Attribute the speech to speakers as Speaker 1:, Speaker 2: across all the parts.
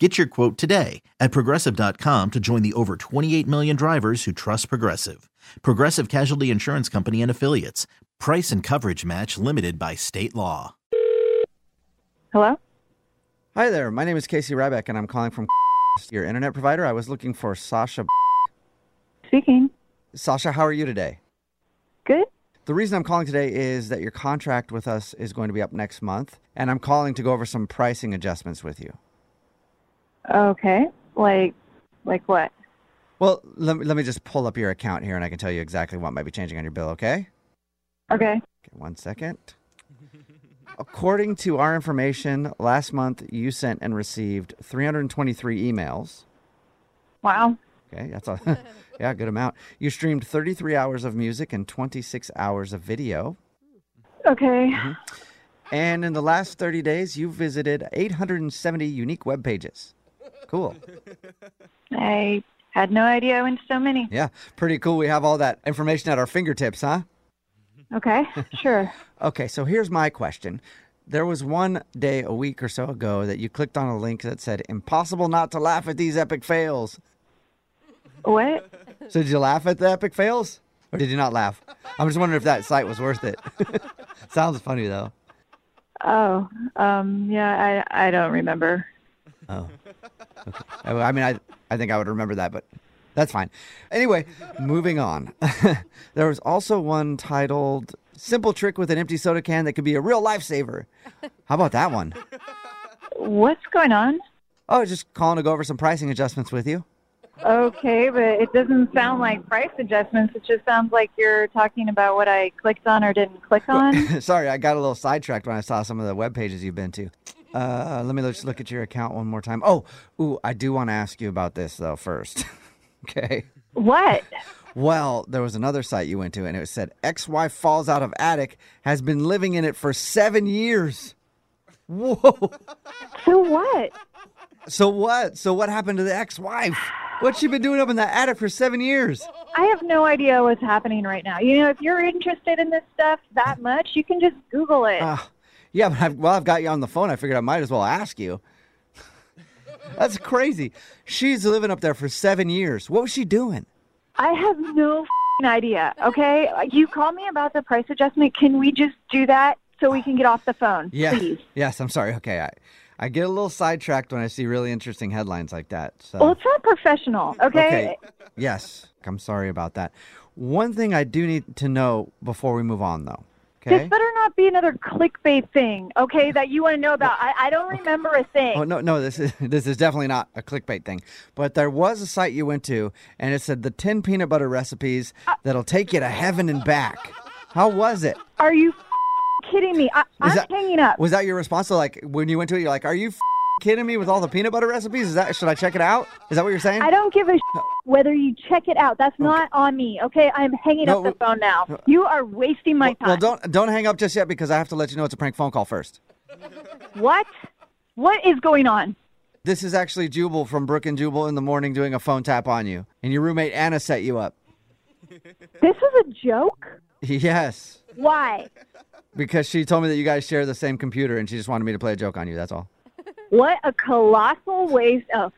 Speaker 1: Get your quote today at progressive.com to join the over 28 million drivers who trust Progressive. Progressive Casualty Insurance Company and Affiliates. Price and coverage match limited by state law.
Speaker 2: Hello?
Speaker 3: Hi there, my name is Casey Ryback, and I'm calling from your internet provider. I was looking for Sasha.
Speaker 2: Speaking.
Speaker 3: Sasha, how are you today?
Speaker 2: Good?
Speaker 3: The reason I'm calling today is that your contract with us is going to be up next month, and I'm calling to go over some pricing adjustments with you.
Speaker 2: Okay. Like like what?
Speaker 3: Well, let me, let me just pull up your account here, and I can tell you exactly what might be changing on your bill, okay?
Speaker 2: Okay.
Speaker 3: Okay, one second. According to our information, last month you sent and received 323 emails.
Speaker 2: Wow.
Speaker 3: Okay, that's a yeah, good amount. You streamed 33 hours of music and 26 hours of video.
Speaker 2: Okay.
Speaker 3: And in the last 30 days, you visited 870 unique web pages. Cool.
Speaker 2: I had no idea I went to so many.
Speaker 3: Yeah, pretty cool. We have all that information at our fingertips, huh?
Speaker 2: Okay. Sure.
Speaker 3: Okay, so here's my question. There was one day a week or so ago that you clicked on a link that said, Impossible not to laugh at these epic fails.
Speaker 2: What?
Speaker 3: So did you laugh at the epic fails? Or did you not laugh? I'm just wondering if that site was worth it. Sounds funny though.
Speaker 2: Oh. Um yeah, I I don't remember.
Speaker 3: I I mean, I, I think I would remember that, but that's fine. Anyway, moving on. there was also one titled Simple Trick with an Empty Soda Can That Could Be a Real Lifesaver. How about that one?
Speaker 2: What's going on?
Speaker 3: Oh, just calling to go over some pricing adjustments with you.
Speaker 2: Okay, but it doesn't sound like price adjustments. It just sounds like you're talking about what I clicked on or didn't click on.
Speaker 3: Sorry, I got a little sidetracked when I saw some of the web pages you've been to. Uh, let me just look at your account one more time. Oh, ooh, I do want to ask you about this though first. okay.
Speaker 2: what?
Speaker 3: Well, there was another site you went to, and it said ex-wife falls out of attic, has been living in it for seven years. Whoa!
Speaker 2: So what?
Speaker 3: So what? So what happened to the ex-wife? What's she been doing up in that attic for seven years?
Speaker 2: I have no idea what's happening right now. You know, if you're interested in this stuff that much, you can just Google it.
Speaker 3: Ah, yeah, but I've, well, I've got you on the phone. I figured I might as well ask you. That's crazy. She's living up there for seven years. What was she doing?
Speaker 2: I have no fing idea. Okay, you call me about the price adjustment. Can we just do that so we can get off the phone,
Speaker 3: Yeah.
Speaker 2: please?
Speaker 3: Yes, I'm sorry. Okay, I, I get a little sidetracked when I see really interesting headlines like that. So.
Speaker 2: Well, it's not professional. Okay.
Speaker 3: Okay. Yes. I'm sorry about that. One thing I do need to know before we move on, though. Okay.
Speaker 2: This better not be another clickbait thing, okay, that you want to know about. I, I don't remember a thing.
Speaker 3: Oh no, no. This is this is definitely not a clickbait thing. But there was a site you went to, and it said the ten peanut butter recipes
Speaker 2: Uh
Speaker 3: that'll take you to heaven and back. How was it?
Speaker 2: Are you f- kidding me? I, I'm
Speaker 3: that-
Speaker 2: hanging up.
Speaker 3: Was that your response? To, like when you went to it, you're like, "Are you f- kidding me with all the peanut butter recipes? Is that should I check it out? Is that Oh. what you're saying?
Speaker 2: I don't give a sh- whether you check it out. That's not on me, okay? I'm hanging
Speaker 3: No,
Speaker 2: up the
Speaker 3: w-
Speaker 2: phone now. You are wasting my time.
Speaker 3: Well, don't don't hang up just yet because I have to let you know it's a prank phone call first.
Speaker 2: what? What is going on?
Speaker 3: This is actually Jubal from Brook and Jubal in the morning doing a phone tap on you, and your roommate Anna set you up.
Speaker 2: This is a joke?
Speaker 3: Yes,
Speaker 2: Why?
Speaker 3: because she told me that you guys share the same computer, and she just wanted me to play a joke on you. That's all.
Speaker 2: What a colossal waste of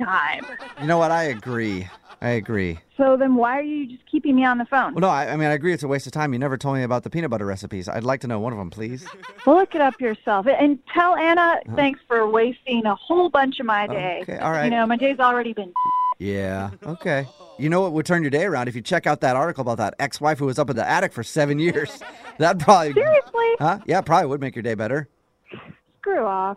Speaker 2: f- time.
Speaker 3: You know what? I agree. I agree.
Speaker 2: So then why are you just keeping me on the phone?
Speaker 3: Well, no, I, I mean I agree. It's a waste of time. You never told me about the peanut butter recipes. I'd like to know one of them, please.
Speaker 2: Well, look it up yourself and tell Anna thanks for wasting a whole bunch of my day.
Speaker 3: Okay, all right.
Speaker 2: You know, my day's already been.
Speaker 3: Yeah. Okay. You know what would turn your day around if you check out that article about that ex-wife who was up in the attic for seven years. That probably.
Speaker 2: Seriously?
Speaker 3: Huh? Yeah, probably would make your day better.
Speaker 2: Screw off.